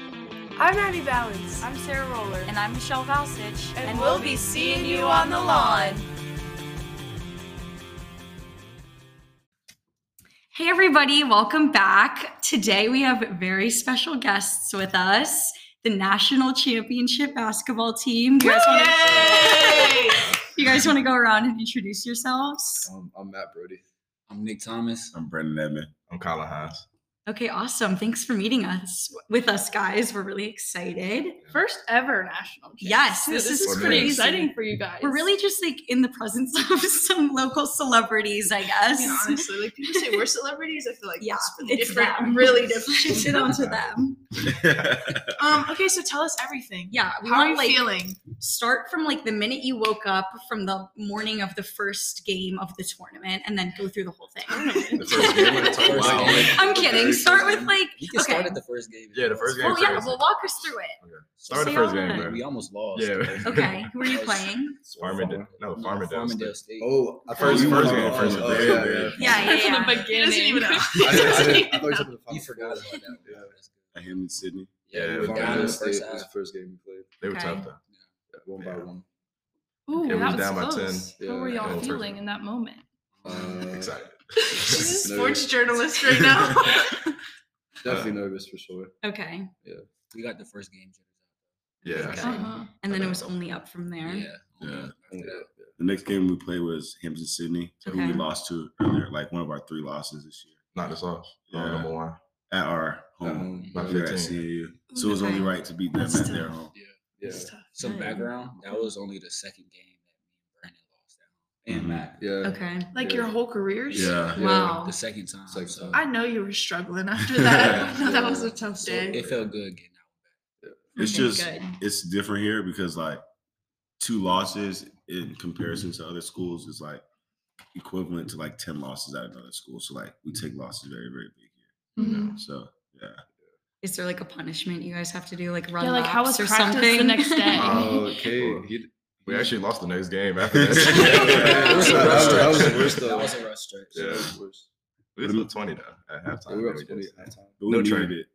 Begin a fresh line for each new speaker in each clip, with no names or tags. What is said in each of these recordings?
I'm Abby Ballins. I'm Sarah Roller.
And I'm Michelle Valsich.
And we'll be seeing you on the lawn.
Hey, everybody, welcome back. Today we have very special guests with us the national championship basketball team. You guys wanna- You guys want to go around and introduce yourselves?
Um, I'm Matt Brody.
I'm Nick Thomas.
I'm Brendan Edmond.
I'm Kyle Haas.
Okay, awesome. Thanks for meeting us with us, guys. We're really excited.
First ever national. champs.
Yes,
Yeah,
this is
pretty
crazy.
exciting for you guys.
We're really just like in the presence of some local celebrities, I
I
guess.
mean, honestly, like people say we're celebrities. I feel like
Yeah,
it's really
it's
different.
them.
Really different.
Shifted onto them.
um. Okay, so tell us everything.
Yeah, we
How are
want
you
like
feeling?
start from like the minute you woke up from the morning of the first game of the tournament, and then go through the whole thing.
The first game of the tournament.
Wow.
I'm kidding. Start with like
You can
Okay.
start at the first game.
Yeah, the first game.
well, yeah.
first.
Well, walk us through it.
Start the
Say
first
all
game,
that.
We-
bro.
We almost lost.
Yeah.
Okay, who are you playing?
Farmingdale. No, Farmingdale.
Farmingdale
State.
State.
Oh,
I
first,
thought you
first
were-
game, first.
oh,
game.
yeah, yeah.
Yeah, yeah. yeah.
He doesn't even know.
I did- I did- I thought you said
You forgot about that. one.
Yeah.
That's good.
I am in Sydney.
Yeah,
Yeah,
we
we
were
down
down
in
to
the
state.
first
It was the
half.
first game we played, They were
Okay.
tough though. yeah, one by
Yeah.
one.
Ooh,
Yeah, we
that
was down by
close.
10.
How were
Yeah,
y'all
yeah,
feeling
first-
in that moment?
Uh,
Excited.
She's a sports
nervous.
journalist right now.
Definitely nervous for sure.
Okay,
We got the first game.
Yeah.
Okay.
I see.
Uh-huh.
and then it was only up from there.
Yeah.
Yeah.
Yeah.
The next game we played was Hampton Sydney, who
Okay.
we lost to earlier, like one of our three losses this year
Knocked us off.
Yeah.
Number one.
at our
At
home.
home,
We
By
were at
15.
CAU. So it was only
Okay.
right to beat them
That's
at
tough.
their home.
Yeah.
Some
Mm.
background. That was only the second game that me and Brandon lost at home. And
Mhm.
Matt.
Yeah.
Okay.
Like your whole career.
Yeah.
Yeah.
Wow.
The second time.
Second
so
time.
I know you were struggling after that.
Yeah.
No, that was a tough
so
day.
it felt good getting out.
It's
Okay,
just
good.
it's different here because like two losses in comparison to other schools is like equivalent to like 10 losses at another school. So like we take losses very, very big here.
Mhm.
So yeah.
Is there like a punishment you guys have to do, like run
like, how
laps
was
or
practice the
something?
next day?
Okay.
Cool.
he- We actually lost the next game after that.
That
was a
That
rough
was- that was the
stretch.
worst though.
That was a rough stretch.
Yeah, it was worse. We was up 20 though at halftime.
Yeah,
we
we were up
just-
20 at But we
No
needed
trade.
it.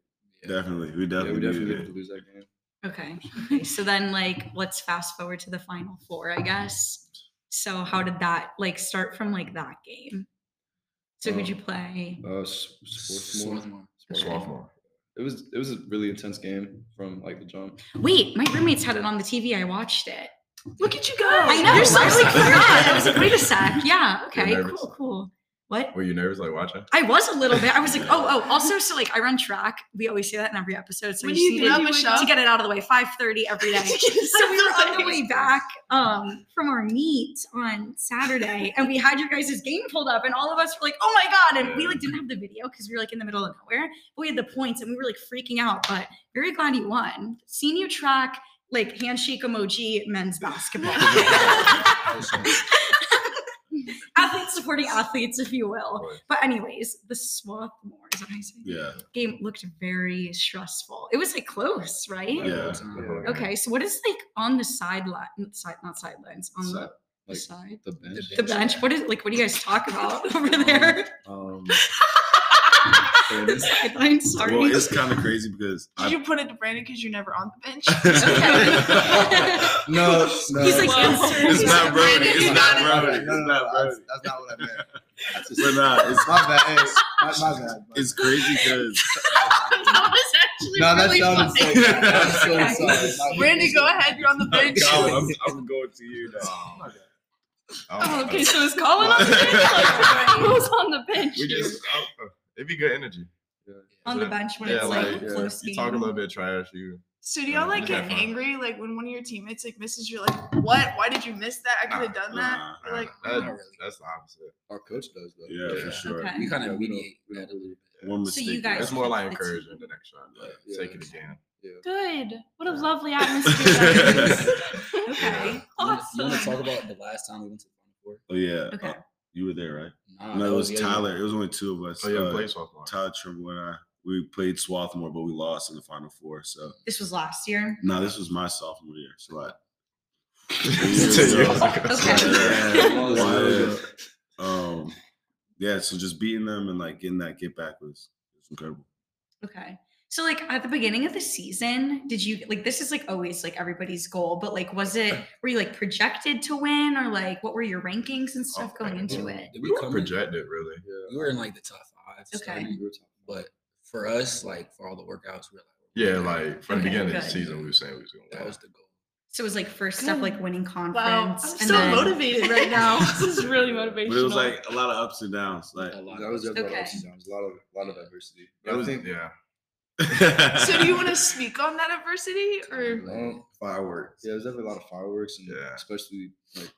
Definitely. We
Yeah, we
definitely,
definitely
needed
needed to
it.
lose that game.
okay. okay. So then, like, let's fast forward to the final four, I guess. So how did that like start from like that game? So who'd you
Oh.
Um,
play?
Uh, s- Swarthmore.
Swarthmore.
Swarthmore. It was it was a really intense game from like the jump.
Wait, my roommates had it on the TV. I watched it.
Look at you guys.
I know.
You're so
I was like,
clear.
forgot. I was like, wait a sec. Yeah.
You're
Okay.
nervous?
Cool. Cool. What?
Were you nervous like watching?
I was a little bit. I was like, oh, oh. Also, so like, I run track. We always say that in every episode. So
When
I
do
just
you
needed
get up,
to
Michelle?
get it out of the way. Five thirty every day. so we were on the way back um, from our meet on Saturday, and we had your guys' game pulled up, and all of us were like, "Oh my god!" And we like didn't have the video because we were like in the middle of nowhere, but we had the points, and we were like freaking out. But very glad you won. Seen you track like handshake emoji men's basketball. Um, athletes supporting athletes, if you will. But anyways, the Swarthmore is what I say.
Yeah.
Game looked very stressful. It was like close, right?
Yeah.
Okay, so what is like on the sideline? Side, not sidelines. On
So,
the, the
like
side,
the bench.
the bench. What is like? What do you guys talk about over there?
Um,
the sidelines. Sorry.
Well, it's kind of crazy because
Did
I,
you put it to Brandon because you're never on the bench?
Okay.
no, no.
He's like
Well,
answering.
it's not Brody.
Brandon, you
It's
got
not Brody. It's
No, no,
not
no,
Brody.
that's, that's not what I meant. That's just,
We're not. It's,
my bad. Hey, my, my bad. my
it's crazy because
that was actually
No, that
really
sounded
funny.
so bad. I'm so
Okay.
sorry. My bad.
Randy, go ahead. You're on the bench.
I'm, I'm going to you now.
Oh,
Oh,
okay, so is Colin on the bench? Like, who was on the bench?
We just oh, it'd be good energy.
on the bench when
Yeah,
it's
like,
like,
yeah,
close
you
game.
talk a little bit trash. You
So do y'all like get
Yeah.
angry like when one of your teammates like misses? You're like, what? Why did you miss that? I could have done that.
Nah,
Or, like,
uh, that-
not really.
that's the opposite.
Our coach does though.
yeah,
Yeah.
for sure.
Okay.
We kind
Yeah,
of
we don't-
mediate
we
that
don't
a little bit.
One
So
mistake.
you guys-
It's more like
It's-
encouraging the next shot. Like,
Yeah.
Take it again.
Good. What a lovely atmosphere that is.
Oh,
Okay.
You wanna- You want to talk
Awesome.
about the last time we went to the Final Four?
Oh yeah.
Okay.
Uh, you were there, right?
Nah,
no,
that
it was
the other
Tyler.
one.
It was only two of us.
Oh yeah,
uh,
play sophomore.
Tyler Trimble and I. We played Swarthmore, but we lost in the final four. So
This was last year.
no, this was my sophomore year. So like
Two years ago.
Okay.
yeah,
Yeah.
wild. um, yeah. So just beating them and like getting that get back was, was incredible.
Okay. So like at the beginning of the season, did you like this is like always like everybody's goal, but like was it were you like projected to win or like what were your rankings and stuff
Oh,
going
I
into
don't-
it?
Did
We
we
were
come in-
projected, really.
We were in like the top five.
Okay.
starting, But for us, like for all the workouts, we we're
Yeah,
like,
like from
Okay,
the beginning of the
good.
season, we were saying we was gonna
that
win.
was the goal.
So it was like first step
Good.
like winning conference.
Wow, I'm
and
so
then-
motivated right now.
this is really motivational.
But it was like a lot of ups and downs. Like
A lot
That
of
was
us-
definitely
Okay.
ups and downs, a lot of a lot of adversity. But
It was,
I think
yeah.
so do you want to speak on that adversity or?
um, fireworks. Yeah, there's definitely a lot of fireworks, and
Yeah.
especially like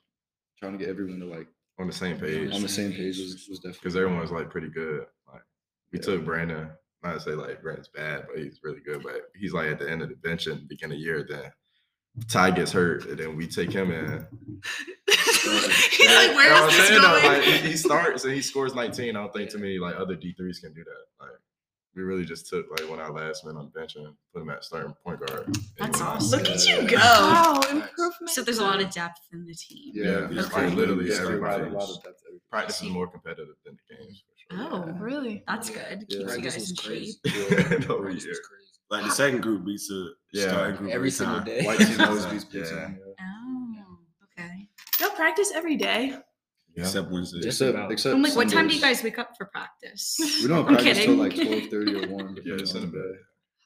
trying to get everyone to like
On the same
Yeah.
on
page
the same page was, was definitely
because everyone was like pretty good. Like we
Yeah.
took Brandon. Not to say like Brandon's bad, but he's really good. But he's like at the end of the bench and beginning of the year. Then Ty gets hurt, and then we take him in.
He's like, where
You know
is
what I'm
this
saying? Though,
going?
like, he, he starts and he scores 19. I don't think too many like other D3s can do that. Like we really just took like one of our last men on the bench and put him at starting point guard. and
That's
he went out.
awesome.
Look at you go.
wow,
Nice.
improvement.
So there's a lot of depth in the team.
yeah,
Yeah,
Okay.
like literally
Yeah, a lot-
everybody.
A lot of depth.
Practice is more competitive than the games. For sure.
Oh,
Really?
that's
Yeah.
good.
Yeah.
Keeps you
Practice
guys
was
in shape.
crazy.
Yeah, no, we
Practice
did.
was crazy.
like the second group beats the
Yeah.
starting group
Every single
time.
day.
White team always
Yeah.
beats blue team.
Yeah.
yeah.
Oh, okay.
Y'all practice every day.
Yeah.
Except Wednesday.
Just
Except,
about.
except
I'm like, what time do you
Sundays.
guys wake up for practice?
We don't
I'm
practice till
kidding.
like twelve thirty or one.
Yeah, it's in a bed.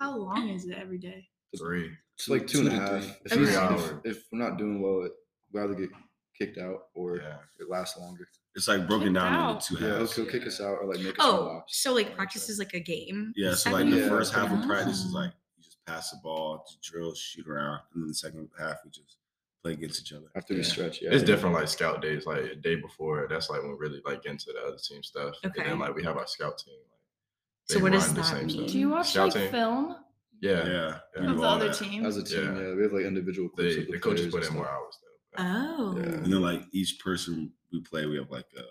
How long is it every day?
Three.
It's like two and a half. If,
Okay.
it's-
Three
if,
hours.
if we're not doing well, it, we either get kicked out or
Yeah.
it lasts longer.
It's like broken
Checked
down
out.
into two
Yeah,
halves.
he'll kick us out or like make us
Oh,
collapse.
so like practice is like a game.
Yeah, so
I
like the
think-
Yeah.
first half of practice is
Ah.
like you just pass the ball, just drill, shoot around, and then the second half we just play against each other.
after we
Yeah.
stretch. Yeah,
It's different like scout days, like a day before. That's like when we really like get into the other team stuff. And
Okay.
then like we have our scout team. Like,
So
they
what does
run the
that
same stuff.
Do you watch
Shout
like
team.
film?
Yeah.
Yeah,
yeah.
we do
Of the
all
other
that.
team?
As a team,
Yeah.
yeah. we have like individual clips
They,
of the,
the coaches put
players
in
and
more
stuff.
hours though. but-
Oh.
Yeah.
And then like each person we play, we have like a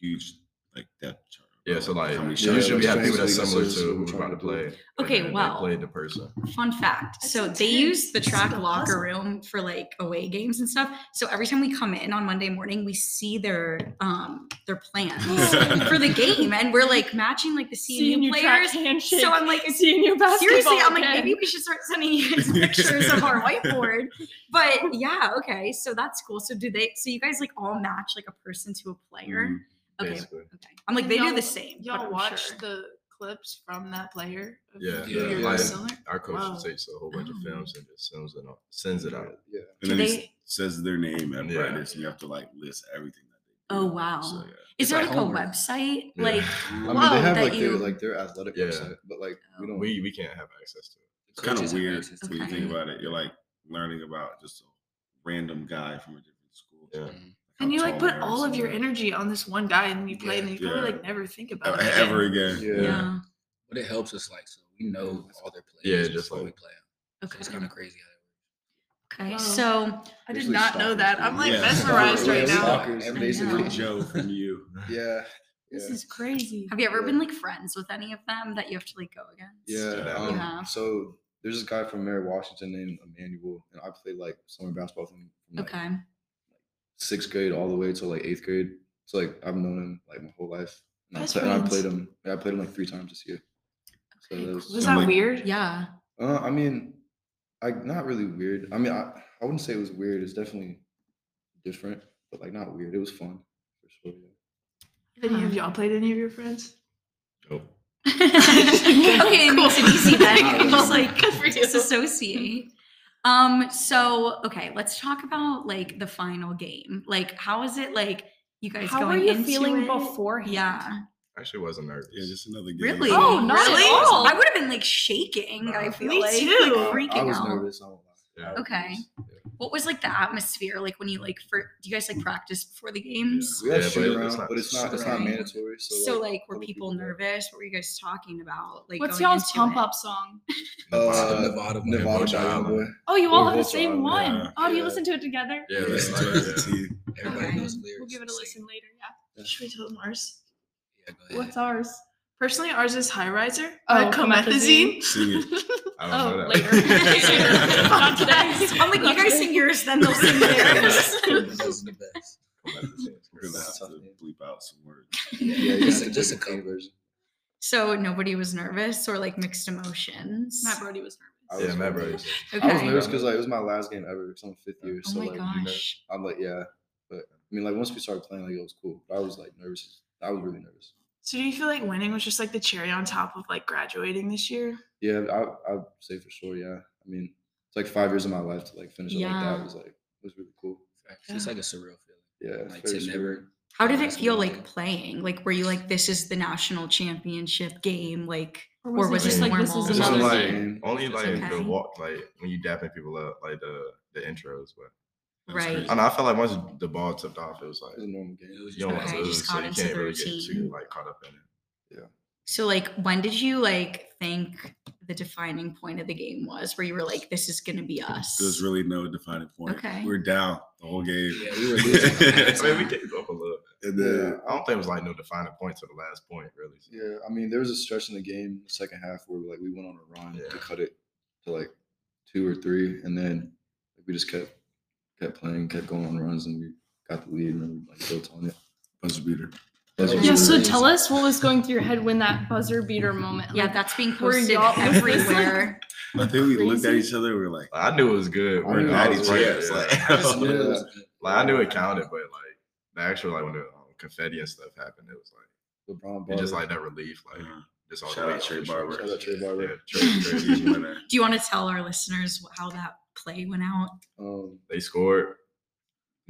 huge like depth chart.
Yeah, so like
how many
Yeah,
shots
usually
we
we have
take.
people that's
translate
similar
this
to
is
who
what
we're
we're
about to
trying
play.
Okay,
Well,
wow.
Play the person.
Fun fact.
That's
So
intense.
they use the
This is
track
a
locker
puzzle.
room for like away games and stuff. So every time we come in on Monday morning, we see their um their plans for the game and we're like matching like the
Seeing
CMU
you track
players.
handshake.
So I'm like, it's
seeing you basketball.
seriously, I'm like,
again.
maybe we should start sending you guys pictures of our whiteboard. But yeah, okay. So that's cool. So do they so you guys like all match like a person to a player?
Mm-hmm.
Okay. Okay.
Basically.
I'm like, they do
Y'all-
the same. but
Y'all
I'm
watch
sure.
the clips from that player? of
Yeah,
your
yeah, like-
wrestler?
Our coach
Wow.
takes a whole bunch of
Oh.
films and just sends it out. Sends it out.
Yeah,
and
Do
then
they-
it says their name at
Yeah.
practice, and you have to like list everything that they do.
Oh, wow.
So yeah.
Is
It's
there
like
like a
homework.
website?
Yeah.
Like
I
wow,
mean they have
that
like
you
their like their athletic
Yeah.
website, but like we
Oh.
don't.
We we can't have access to it.
The
It's kind
coaches
of
have
weird
access to
when you
it.
think about it. You're like learning about just a random guy from a different school.
Yeah.
Mhm.
how
And you
tall
like
they
put
are,
all of your
so-
energy on this one guy, and you play,
Yeah.
and then you probably
Yeah.
like never think
Uh,
about it again.
ever again.
Yeah.
yeah.
But it helps us like so we know all their plays.
Yeah, just
before
like-
we play 'em. So
Okay.
it's kind of crazy.
Okay,
Wow.
Oh. so
I did
Usually
not know
stalkers
that.
do
I'm
that.
like
Yeah.
mesmerized
Yeah,
right now.
stalkers and
I
basically
know.
Joe from you.
Yeah.
This
yeah.
is crazy.
have you ever
Yeah.
been like friends with any of them that you have to like go against?
Yeah.
Yeah.
Um,
Yeah.
So there's this guy from Mary Washington named Emmanuel, and I played like summer basketball with him from like,
Okay.
sixth grade all the way to like eighth grade. So like I've known him like my whole life, and, I,
Best
pla- and I
friends.
played him. Yeah, I played him like three times this year. So
Okay,
that
cool.
was,
Was
I'm
that
like-
weird?
Yeah.
Uh, I mean, I not really weird. I mean, I, I wouldn't say it was weird. It's definitely different, but like not weird. It was fun for sure. yeah.
Have any of y'all played any of your friends?
Nope.
okay, it
Cool.
makes it easy then. You
Cool.
just like
Good for you.
disassociate. Um, so okay, let's talk about like the final game. Like, how is it like you guys
How were
going
you
into
feeling
it?
beforehand?
Yeah.
Actually wasn't nervous.
Yeah, just another game.
Really?
Oh, not at
really?
all.
I would have been like shaking, I
Nah.
feel
Me
like, like,
too.
I-
freaking
I, was
out.
nervous. I won't lie. I was
Okay.
nervous, yeah.
What was like the atmosphere like when you like for do you guys like practice before the games?
We have
Yeah, but
shoot
it's
around,
not
but it's not it's not
super-
mandatory. So,
So, like, were
other
people
do it.
nervous? What were you guys talking about? Like
What's
going
y'all's
into
pump
it?
up song?
Nevada.
Uh,
Nevada,
Nevada.
Nevada
Vulture
by Young
Island.
Boy.
Oh, you all
We're
have the
both
same
on,
one.
yeah.
Oh, do you
Yeah.
listen to it together?
Yeah,
Yeah,
that's
it's
like, yeah.
like-
Everybody
Okay.
knows the lyrics.
We'll give it a
Sing.
listen later. Yeah.
Should we tell them ours?
Yeah, go ahead.
What's ours?
Personally, ours is High Riser by
Oh,
Comethazine.
Sing it.
I
Oh,
don't know
later.
that.
Not today.
I'm like, you guys sing yours, then they'll sing theirs.
Those are the best.
Come back to see us.
We're gonna
That's
have
tough,
to
man.
bleep out some words.
Yeah, you
Just
have to
a- just
do
a
the clean
couple.
version.
So nobody was nervous or like mixed emotions.
Matt Brody was nervous.
I
Yeah,
was
Matt
nervous.
Brothers.
I was
Okay.
nervous because like it was my last game ever. It's on fifth year,
Oh
so
my
like
you know.
gosh.
I'm like yeah, but I mean like once we started playing, like it was cool. But I was like nervous. I was really nervous.
So do you feel like winning was just like the cherry on top of like graduating this year?
Yeah, I I'd say for sure. Yeah, I mean it's like five years of my life to like finish it like
Yeah.
that was like it was really cool.
It's just like a surreal feeling.
Yeah, it's
Like
very
to
surreal.
never.
How did it
Basketball
feel like
game.
playing? Like, were you like, this is the national championship game? Like, Or was
it just
it
like this
normal?
is
This
is
another
like-
game?
Only
It's
like
okay.
the walk, like when you dapping people up, like the the intros. But
That's
Right.
crazy.
I don't know. I felt like once the ball tipped off, it was like
it was a normal game.
It was
you don't
just
want
Okay,
to
you
lose,
just
so
got
you
into
can't
the
really get too
routine.
like caught up in it.
so like, when did you like think the defining point of the game was where you were like, this is gonna be us?
There's really no defining point.
Okay.
We are down the whole game.
Yeah, we were losing.
I mean, we gave up a little.
and
Yeah,
then
I don't think it was like no defining point to the last point, really.
Yeah, I mean, there was a stretch in the game, the second half, where like we went on a run to
Yeah.
cut it to like two or three, and then we just kept kept playing, kept going on runs, and we got the lead, and then we like built on it.
buzzer beater.
That's what
Yeah,
we
so
were-
tell us what was going through your head when that buzzer beater moment.
yeah,
like,
that's being
were
posted
y'all- was this, like-
everywhere.
I think we looked at
Crazy.
each other. We were like,
Like, I knew it was good.
I
when
knew
I
it
was
was
right,
good.
yeah.
Like-
I just knew-
Yeah.
like, I knew it counted, but like the actual like when the um, confetti and stuff happened, it was like
LeBron
it
Barber.
just like that relief, like
uh,
just all
Shout
the
out
way
Trey
off the shoulders.
Barber.
Shout out Trey Barber.
Yeah, Trey- Trey
crazy
Barber.
winner.
Do you want to tell our listeners wh- how that play went out?
um,
They scored.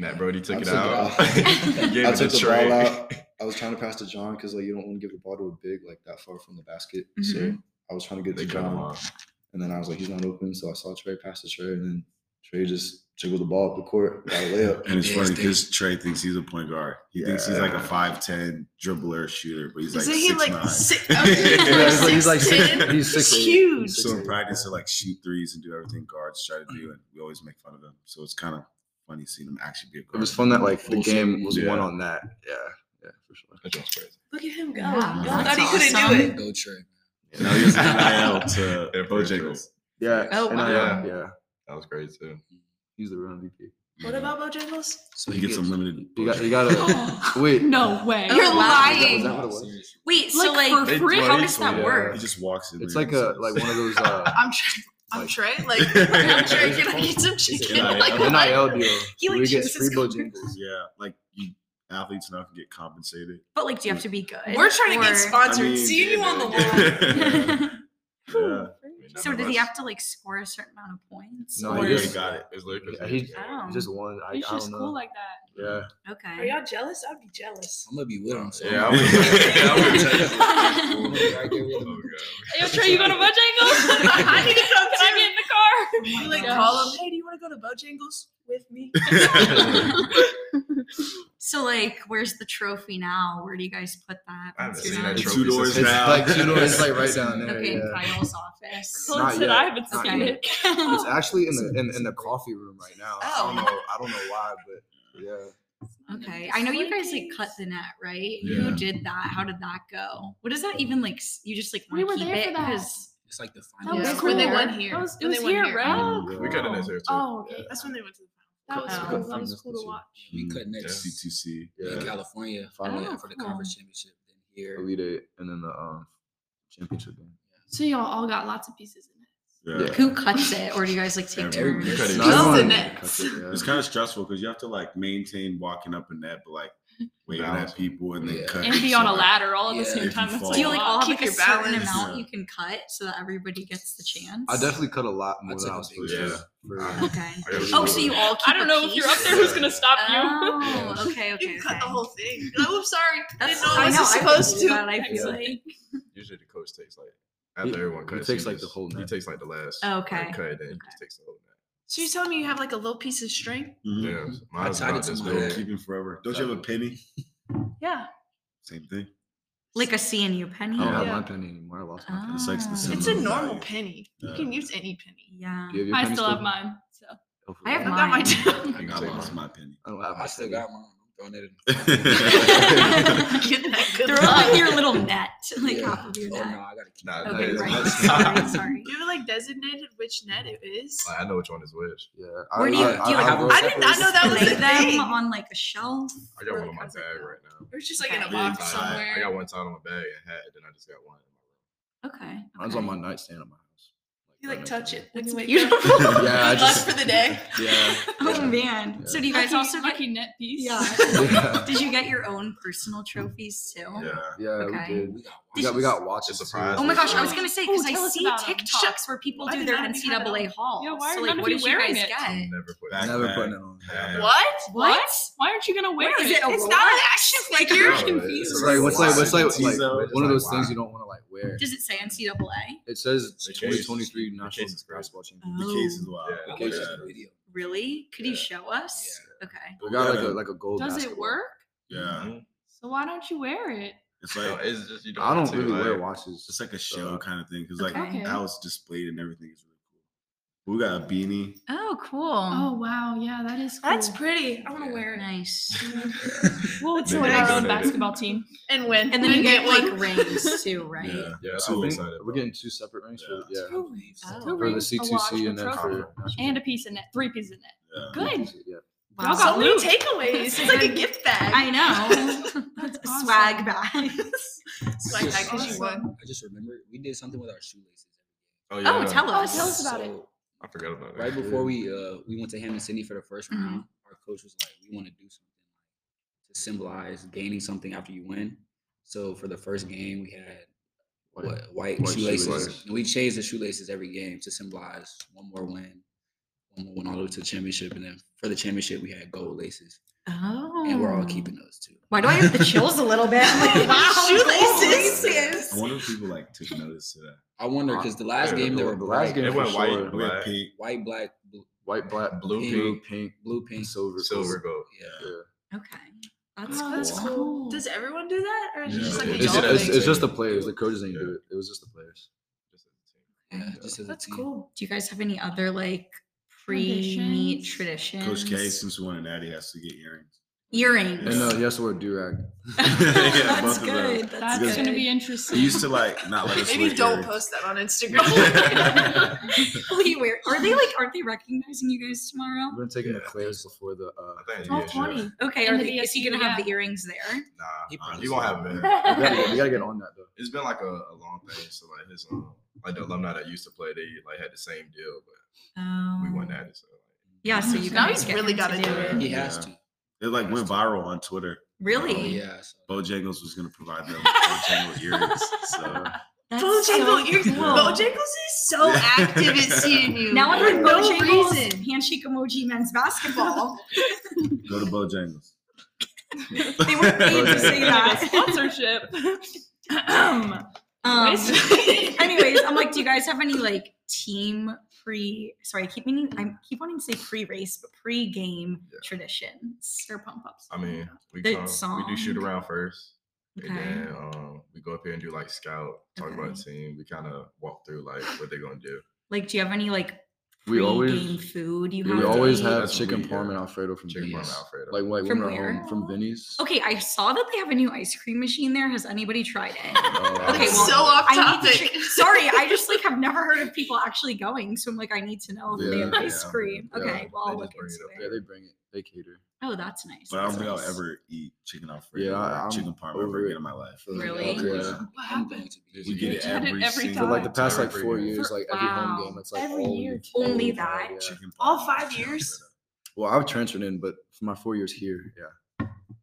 Matt Brody took
I
it
took it
out.
out.
he gave
I
it to
took the
Trey.
ball out. I was trying to pass to John because like you don't want to give the ball to a big like that far from the basket, so
Mhm.
I was trying to get
They
to
cut him
John,
off.
and then I was like, he's not open, so I saw Trey pass to Trey, and then Trey just jiggled the ball up the court, got a layup.
And it's
Yeah,
funny
it's
because Trey thinks he's a point guard. He thinks he's like a
Yeah.
five ten dribbler shooter, but he's like
Isn't he
six
like
nine.
six? I was gonna say,
Yeah,
like,
he's like six-
6'10"?
he's
It's
6'8".
huge.
So in
Six-
practice, to like shoot threes and do everything guards try to do, and we always make fun of him. So it's kind of funny seeing him actually be a guard.
It was fun that like the
Bullshit.
game was
Yeah.
won on that. Yeah, yeah, for sure.
That joint's crazy.
Look at him go.
Yeah,
Y'all thought
that's
he couldn't do
awesome.
it.
Go Trey.
Now he's an NIL to
Yeah, for sure.
Bojangles.
Yeah.
Oh,
and I-
wow.
yeah.
That was great too.
He's the real MVP.
What about Bojangles?
So
He gets unlimited.
You got. You
Bojangles.
gotta.
Oh,
wait.
no way.
You're lying.
Was that what it was?
Seriously.
Wait, so
Like,
like,
for
They
free?
play,
how does
so
that
yeah.
work?
He just walks in.
It's
there
like
and
a
says-
like one of those uh
I'm Trey. I'm
Like-
Trey. Like, I'm
Yeah.
Trey. Can I get some chicken?
NIL.
Like, what?
NIL deal.
He, like,
where he gets
chooses
free
colors.
Bojangles.
yeah, like you athletes now can get compensated.
But like, do you have to be good?
We're trying to get
Or-
sponsored.
I mean,
Seeing you on the line.
yeah.
I
Yeah.
mean,
So
none of
did he
us-
have to like score a certain amount of points?
No,
Oh,
or-
he
yeah,
just- got it.
It's literally
Yeah, he-
Oh.
Just one. I, I
He's
don't
just cool
know.
like that.
Yeah.
Are
Okay.
y'all jealous? I'd be jealous.
I'm gonna be with him. So
Yeah, I
I'm
would. yeah, I would take it.
I
gonna be right there with
Oh,
him.
God.
Hey, yo, Trey, you going to Bojangles? I need to come. Can I get in the car?
You
my
like
gosh.
call him. Hey, do you want to go to Bojangles with me?
so like, where's the trophy now? Where do you guys put that?
I haven't
It's
seen
not-
that
Two
trophy
doors
since-
down.
Like you know, it's like right down there.
Okay, in
yeah.
Kyle's office.
Not
Coincident,
yet.
I haven't
Not
seen
yet.
it.
It's actually in the in, in the coffee room right now. I don't
Oh.
know. I don't know why, but yeah.
Okay, I know you guys like cut the net, right?
Yeah.
Who did that? How did that go? What does that even like? s- You just like
We
wanna
were
keep
there
it
for that.
'cause-
It's like the final.
Yeah,
That was
it's
cool.
when they won here.
That was, it
When they
was
won
here,
here.
Oh,
right?
We cut it this here too.
Oh, okay.
That's when they went to the
That was
Oh.
cool. That was cool to watch.
We cut next
CTC.
in
Yeah.
California
Final.
yeah, for the
Oh, cool.
conference championship. Then here.
Elite Eight and then the um championship game.
So y'all all got lots of pieces in it.
Yeah.
Yeah.
Who cuts it, or do you guys like take
Everyone.
turns?
Cut it.
Just
Everyone
the
cut
nets.
it, yeah.
It's kind of stressful because you have to like maintain walking up in that, but like waving
Balance.
at people and then
Yeah.
cut.
And be on a
So, like,
ladder all at
Yeah.
the same
If
time.
you
That's
fall.
Do you like all have
Keep
like a
your
certain
balance.
amount
Yeah.
you can cut so that everybody gets the chance?
I definitely cut a lot more
That's
than
like
I
a
was
big
supposed
deal.
to. for-
Okay.
I gotta
Oh,
do
so
it.
you all keep
I don't
a
know if you're up
piece?
there, who's gonna stop you?
Oh, okay, okay.
You can cut
okay.
the whole thing. Be Like, oh, sorry.
That's,
I
I
didn't know
know.
I was supposed
I
to.
That, I feel like.
Usually the coach takes like after
He-
everyone
he
cuts.
takes, like, the
just-
whole
He
net.
takes like the last.
Oh,
like,
okay.
Cut and then he just takes the whole
So you telling me you have like a little piece of string?
Mm-hmm.
mhm.
net. Yeah. Mine's
tied it
about
to
this
my
They'll
Yeah.
big.
keep him forever. Don't you have a penny?
Yeah.
Same thing.
Like a CNU penny.
I don't have
Yeah.
my penny anymore. I lost
Uh-huh. Oh.
my penny.
It's like the
Ah.
same
It's a
Minimum
normal
value.
penny. You
Yeah.
can use any penny.
Yeah.
Do you have your
I
penny
still have mine. So
Hopefully
I have
I
not.
got
mine.
mine too.
I
You
got
take
lost
mine.
my penny.
I don't have my
I still
penny.
got mine. I'm throwing it. in.
Get that good
Throw up
luck.
your little net, like
Yeah.
off of your
Oh no,
net.
I gotta keep
Nah,
it.
no,
Okay,
it's
right.
mine.
Sorry, sorry.
You like designated which net it is?
Like, I know which one is which.
Yeah.
Where do you, do you like,
wrote-
I did not know that was
lay
a thing.
them on like a shelf?
I got
Or,
one in
like,
my
how's it
bag
go?
right now.
It's just like in a
Okay.
box
Big
I
somewhere.
got one tied on my bag and hat, and then I just got one in
Okay.
Mine's on my nightstand at my house.
You
right
like
next
touch
to
it.
That's
when you wake up.
beautiful.
Yeah, I
Luck
just-
for the day.
Yeah.
Oh
yeah.
man.
Yeah.
So do you guys
Lucky-
also get?
lucky net piece?
Yeah.
Yeah.
Did you get your own personal trophies too?
Yeah.
Yeah,
Okay.
we did.
We got
Did
We got we
you-
got watches.
It's a
too.
prize.
Oh my gosh, I was gonna say because
Ooh,
I
tell us
see
about 'em.
TikToks where people
Why
do
did
their
none of you have it
NCAA hauls.
Yeah, why are
so
none
like,
of
what
you
did you guys
wearing it?
get?
Never put
Back-
Never
Backpack.
putting it on.
Yeah.
What?
What? Why aren't you gonna wear
What
it?
is it? A
It's
watch?
not an action
Like,
figure.
you're-
It's like what's like what's like, like
Teaser.
one of
Like,
those things
wow.
you don't want to like wear.
Does it say NCAA?
It says
The case-
2023
the
National
case is great.
Oh.
Basketball Championship.
The case is wild.
Yeah.
The
I
case
watched
is
Yeah.
the
great.
video.
Really? Could you
Yeah.
show us? Okay.
We got like a
Yeah.
like a gold.
Does it
basketball.
work?
Yeah.
So why don't you wear it?
It's
Mm-hmm. No,
like
it's just you don't.
I
want
don't
to,
really
like,
wear watches.
it's like a show
Uh,
kind of thing because like
Okay.
how it's displayed and everything is really cool. We got a beanie.
Oh, cool.
Oh wow, yeah, that is cool.
That's pretty. I want to wear it
nice.
We'll
Maybe
join our
I'll
own
donate it.
basketball team.
and win.
And then you get
one.
like rings too, right?
Yeah.
Yeah,
Two
I'm
of 'em.
excited.
We're
about
getting two separate rings for
Yeah.
yeah.
Two
Oh.
Two
For the
rings, a watch,
C2C
a
and then
trophy,
Oh,
for National
and a piece of net, three pieces of net.
Yeah.
Good.
Championship, Yeah.
Wow.
so
got
many
loot.
takeaways. It's like a gift bag.
I know.
That's
Swag bags.
Swag bag 'cause you won.
I just remember we did something with our shoelaces.
it.
Oh,
yeah.
tell
Oh,
us.
tell us about it.
So,
I forgot about that.
Right before we uh we went to Hammond City for the 1st
Mhm.
round, our coach was like, "We want to do something to symbolize gaining something after you win." So for the first game, we had
White-
what white,
white
shoelaces.
shoelaces.
And we change the shoelaces every game to symbolize one more win, one more win all the way to the championship, and then for the championship we had gold laces,
Oh.
and we're all keeping those too.
Why do I have the chills a little bit? I'm like, wow,
Shoelaces.
shoelaces.
I wonder if people like took notice to that.
I wonder
Uh,
because the last
yeah,
game
the-
there were
the last
bright-
game
It
for
went white,
sure.
We had
Black.
pink.
white, black, blue,
White, black,
Blue,
blue, pink,
blue pink,
silver,
silver gold.
Yeah.
Yeah.
Okay. That's
Oh,
cool.
that's cool. Does everyone do that, or is it
Yeah.
just like a
It's,
y'all
Yeah.
it's,
thing?
it's just the players. The coaches didn't
Yeah.
do it. It was just the players.
Yeah, just as a
That's
team.
cool.
Do you guys have any other like pre-meat traditions?
Coach K, since we won a natty, has to get earrings.
Earrings.
Yeah.
And uh, yes, we're do rag.
yeah,
That's
both of them.
good. That's,
That's
Because-
gonna be
He
interesting.
used to like not let us
Maybe
wear
don't
earrings.
post that on Instagram.
Wait, where are they like aren't they recognizing you guys tomorrow?
We're taking the
Yeah.
class before the. Uh,
I think
Twelve
yeah, sure.
twenty.
Okay,
In
are
the
they, is he
VSU,
gonna have
yeah.
the earrings there?
Nah,
He
honestly,
probably
you gonna have
said
it.
that.
we, gotta get, we gotta get on that though.
It's been like a, a long thing. So like his um, like the alumni that used to play, they like had the same deal, but
Oh.
we won that. So
Yeah, so you
Now
guys
he's
get
really
him
gotta
to
do it.
He has
Yeah.
to.
It like went viral on Twitter.
Really?
Oh, yeah. So
Bojangles was gonna provide them with Bojangle earrings. So
That's
Bojangles,
so
ears.
cool.
Bojangles is so active at CNU.
Now I
for
heard
no
Bojangles
reason.
handshake emoji men's basketball.
go to Bojangles.
they were paid to say that.
Sponsorship.
Um, anyways, I'm like, do you guys have any like team pre? Sorry, I keep meaning I keep wanting to say pre-race, but pre-game
Yeah.
traditions or pump ups.
I mean, we
That
come, we do shoot
song.
around first,
okay,
and then um, we go up here and do like scout, talk about
Okay.
the team. We kind of walk through like what they're gonna do.
like, do you have any like
We
pre-game
always
food you
we
have? to
always
eat?
have
That's
chicken
weird.
parm and Alfredo from
Chicken
Vinny's.
parm, Alfredo.
Like like
From
when we're at
where?
home from Vinny's.
Okay, I saw that they have a new ice cream machine there. Has anybody tried it?
Uh,
Okay, well,
so off
I need to
topic.
Sorry, I just like have never heard of people actually going, so I'm like, I need to know that they
Yeah,
have ice
yeah,
cream.
yeah,
okay, well, I'll
they
look
just bring
into
it up
it.
yeah, they bring it. They cater.
Oh, that's nice.
But I don't
that's
think I'll
nice.
ever eat chicken alfredo
Yeah, I-
or
I'm
chicken parm
over
ever
it.
again in my life.
Really?
Yeah.
What
I'm
happened?
going to be.
Just
We
eat
get
it
it
every
every
time.
single
For like the
Wow.
past like
Every
four
year.
years,
For-
like every home
wow.
game, it's like
Every
all
year.
all
Only
you
that?
have, yeah.
Chicken parm.
All five
chicken
years?
Well, I've transferred in, but for my four years here,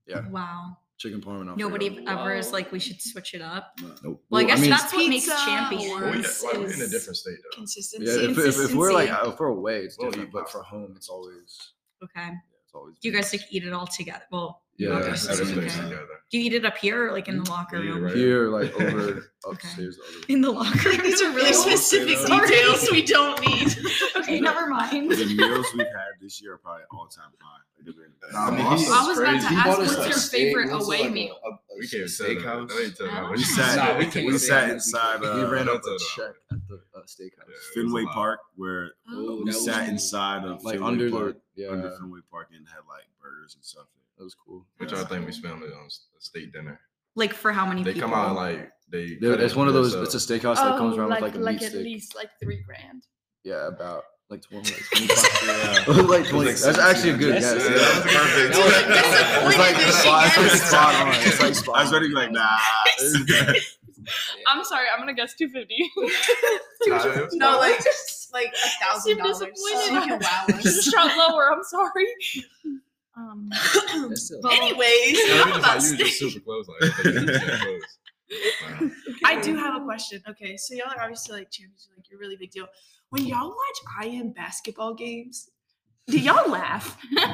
yeah,
Wow.
chicken parm and Alfredo.
Nobody ever is
Whoa.
like, we should switch it up.
alfredo.
Nope.
Well, I guess
mean,
that's what makes
pizza or-
champions.
Well, we,
This
like, we're in a
is-
different state though.
Consistency.
Yeah, if, if, if we're like
Consistency.
out for away, it's
We'll eat
different, but for
pasta.
home, it's always
Okay.
yeah, it's always.
Do you guys like eat it all together? Well,
Yeah,
okay,
that's
so
what
Every
I'm
okay.
place
saying.
together.
Do you eat it up here or like in the locker
Yeah,
room?
right.
here like over upstairs? the
In the locker room.
These are really
Ew.
specific
Sorry.
details we don't need.
Okay, never mind.
The meals we've had this year are probably all time high. Like, they've been-
Nah, I mean,
Awesome.
he's-
I was about
crazy.
to
He
ask,
bought
what's
us a
your favorite away meal?
We can't tell them. That ain't tell them.
we
Ah.
sat.
Nah, we can't
we
say
sat
that.
inside.
other.
Uh,
we ran
don't
up a
tell them.
check at the uh, steakhouse,
Yeah, it was a
Fenway
lot.
Park where
Oh,
we
that was
sat
cool.
inside of
like
Fenway
under
Park,
the yeah,
under
that
Fenway Park and had like burgers and stuff.
was cool.
Which I think we spent it on s- a state dinner.
Like for how many
They
people?
come out like they.
Dude,
cut
it's
it
one of
for
those.
themselves.
It's a steakhouse that
Oh,
comes
Um,
around with like a meat
at
stick.
least like three grand.
Yeah, about like twenty. Like
Yeah.
25. like twenty.
like
That's actually a good
That's
guess.
it.
Yeah, that
yeah.
was perfect.
That was
It's like
disappointed that she
spot, it's
guessed.
like spot on. It's like spot
I was ready to be like, nah.
I'm sorry. I'm gonna guess 250.
Nah,
No, like like a thousand
seem
dollars.
disappointed.
You can wow
Just
us.
shot lower. I'm sorry. Um,
That's still-
But-
Anyways,
Yeah,
I'm
we just,
about
like, you was
to
just super close. Like, okay, you just that close. Wow.
I do have a question. Okay, so y'all are obviously like champions, like you're a really big deal. When y'all watch IM basketball games, do y'all laugh?
Or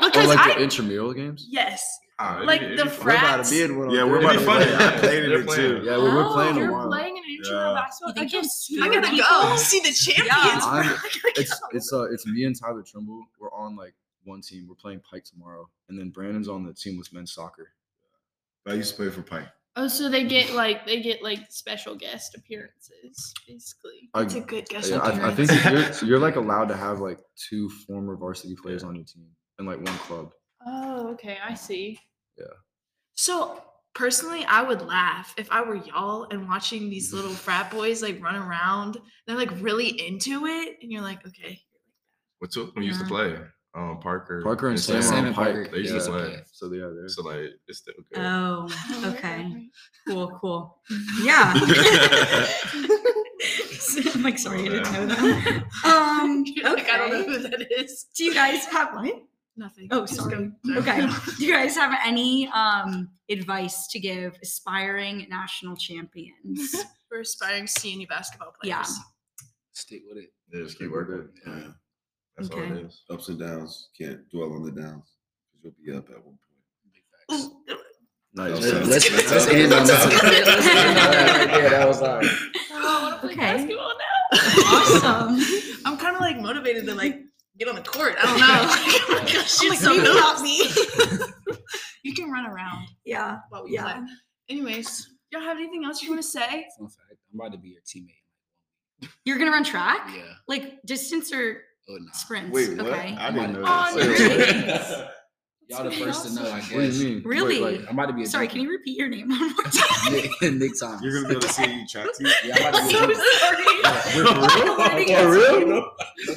Because
like
I
the intramural games?
yes,
Ah,
like
it'd be-
the
it'd be
We're
fun.
about
frats.
to be in one. on
Yeah, we're
Thursday.
about to play.
Yeah,
I played in
they're
it
playing.
too.
Yeah, we were
Oh,
playing a
You're
while.
playing an intramural
Yeah.
basketball
You think you're
against
I
stupid?
fewer
gotta
people?
go see the champions.
Yeah.
bro.
I'm-
I gotta
It's
go.
it's uh it's me and Tyler Trimble. We're on like one team. We're playing Pike tomorrow, and then Brandon's on the team with men's soccer.
I used to play for Pike.
Oh, so they get like they get like special guest appearances, basically.
I,
It's a good guess.
yeah, I, I
Terrence.
think if you're so you're like allowed to have like two former varsity players on your team and like one club.
Oh, okay, I see.
So personally, I would laugh if I were y'all and watching these little frat boys like run around. They're like really into it, and you're like, okay.
What took we used to play? Um, Parker.
Parker and
Sam
Sam,
and
are on Pike.
Parker,
They used
yeah.
to play.
So yeah, they're
So like it's still good.
Oh,
Oh,
okay. Cool, cool. Yeah. I'm like, sorry, I didn't know that. Um,
You're like, I don't know
okay.
who that is.
Do you guys have what?
Nothing.
Oh,
Just
sorry.
go.
Okay. Do you guys have any um advice to give aspiring national champions?
For aspiring CNU basketball
Yeah.
players.
Stick with it.
Yeah, just keep working.
Yeah.
Yeah.
That's all
Okay.
it is.
Ups and downs. Can't dwell on the downs. 'cause You'll be up at one point.
Big facts.
Nice.
Let's, let's, let's end on that. Let's end on that right there. That was uh, all right.
I want to play
Okay.
basketball now.
Awesome.
I'm kind of like motivated to like get on the court. I don't know. Oh Like,
I'm
shit's
like,
so
maybe
dope.
not me.
You can run around
Yeah.
while we
Yeah.
play. Anyways, y'all have anything else you want to say?
Fun fact, I'm about to be your teammate.
You're gonna run track?
Yeah.
Like distance or
Oh, nah.
sprints?
Wait, what?
Okay.
I didn't know
Oh,
that.
no.
Y'all the first to know, I guess.
What do you mean?
Really?
Wait, like,
I'm about to be a
Sorry, can you repeat your name one more time?
Nick, Nick Thomas.
You're gonna be able to see you track team.
yeah, I'm about to be a
For real?
For
real?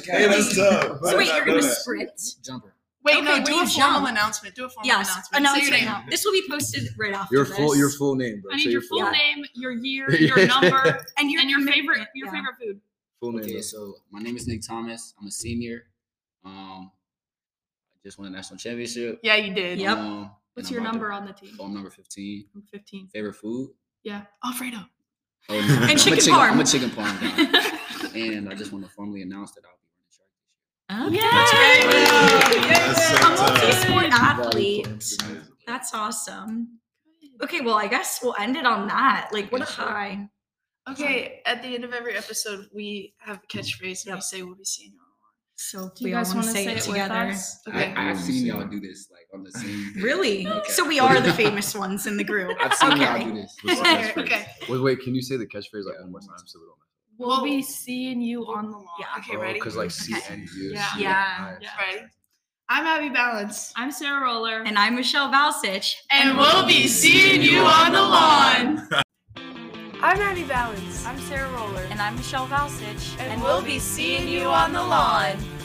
Hey, that's tough.
So wait, you're gonna
That.
sprint?
jumper.
Wait,
Okay,
no,
wait,
do a
you
formal
jump.
announcement. Do a formal
Yes.
announcement.
Announce
Say your
it
name.
now. This will be posted right after.
Your full your
this.
full name, bro.
I
Say
need your full
Yeah.
name, your year, your number,
and your
and your favorite your
yeah.
favorite food.
Full name.
Okay,
bro.
so my name is Nick Thomas. I'm a senior. Um, I just won a national championship.
Yeah, you did.
Yep.
Um, and
What's
I'm
your
about to-
number on the team?
Oh, I'm number 15.
I'm 15.
Favorite food?
Yeah. Alfredo.
Oh, no. I'm a
chicken
I'm
parm.
a chicken parm guy. and I just want to formally announce that I'll be running track this year.
Okay.
Yay!
That's so
A
tough.
multi-sport
Volleyball.
athlete.
Volleyball.
That's awesome. Okay, well, I guess we'll end it on that. Like, what a
guess so.
high.
Okay, at the end of every episode, we have a catchphrase and
Yep.
we say we'll be seeing you.
So
Do
we
you
all
guys
want
want
to say it
it with
together.
us?
I,
Okay.
I've seen y'all do this like on the same. day.
Really?
Okay.
So we are the famous ones in the group.
I've seen y'all
Okay.
do this.
What's the
Okay.
best phrase?
okay.
Wait, wait, can you say the catchphrase like one more time so we don't mess
We'll be seeing you on the lawn.
Yeah.
Okay,
Oh,
up?
ready?
Because like C
Okay.
and U.
Yeah.
Yeah.
Yeah. Ready? I'm Abby Balance.
I'm Sarah Roller.
And I'm Michelle Valsich.
And we'll be seeing you on the lawn. I'm Abby Balance.
I'm Sarah Roller.
And I'm Michelle Valsich.
And we'll be seeing you on the lawn.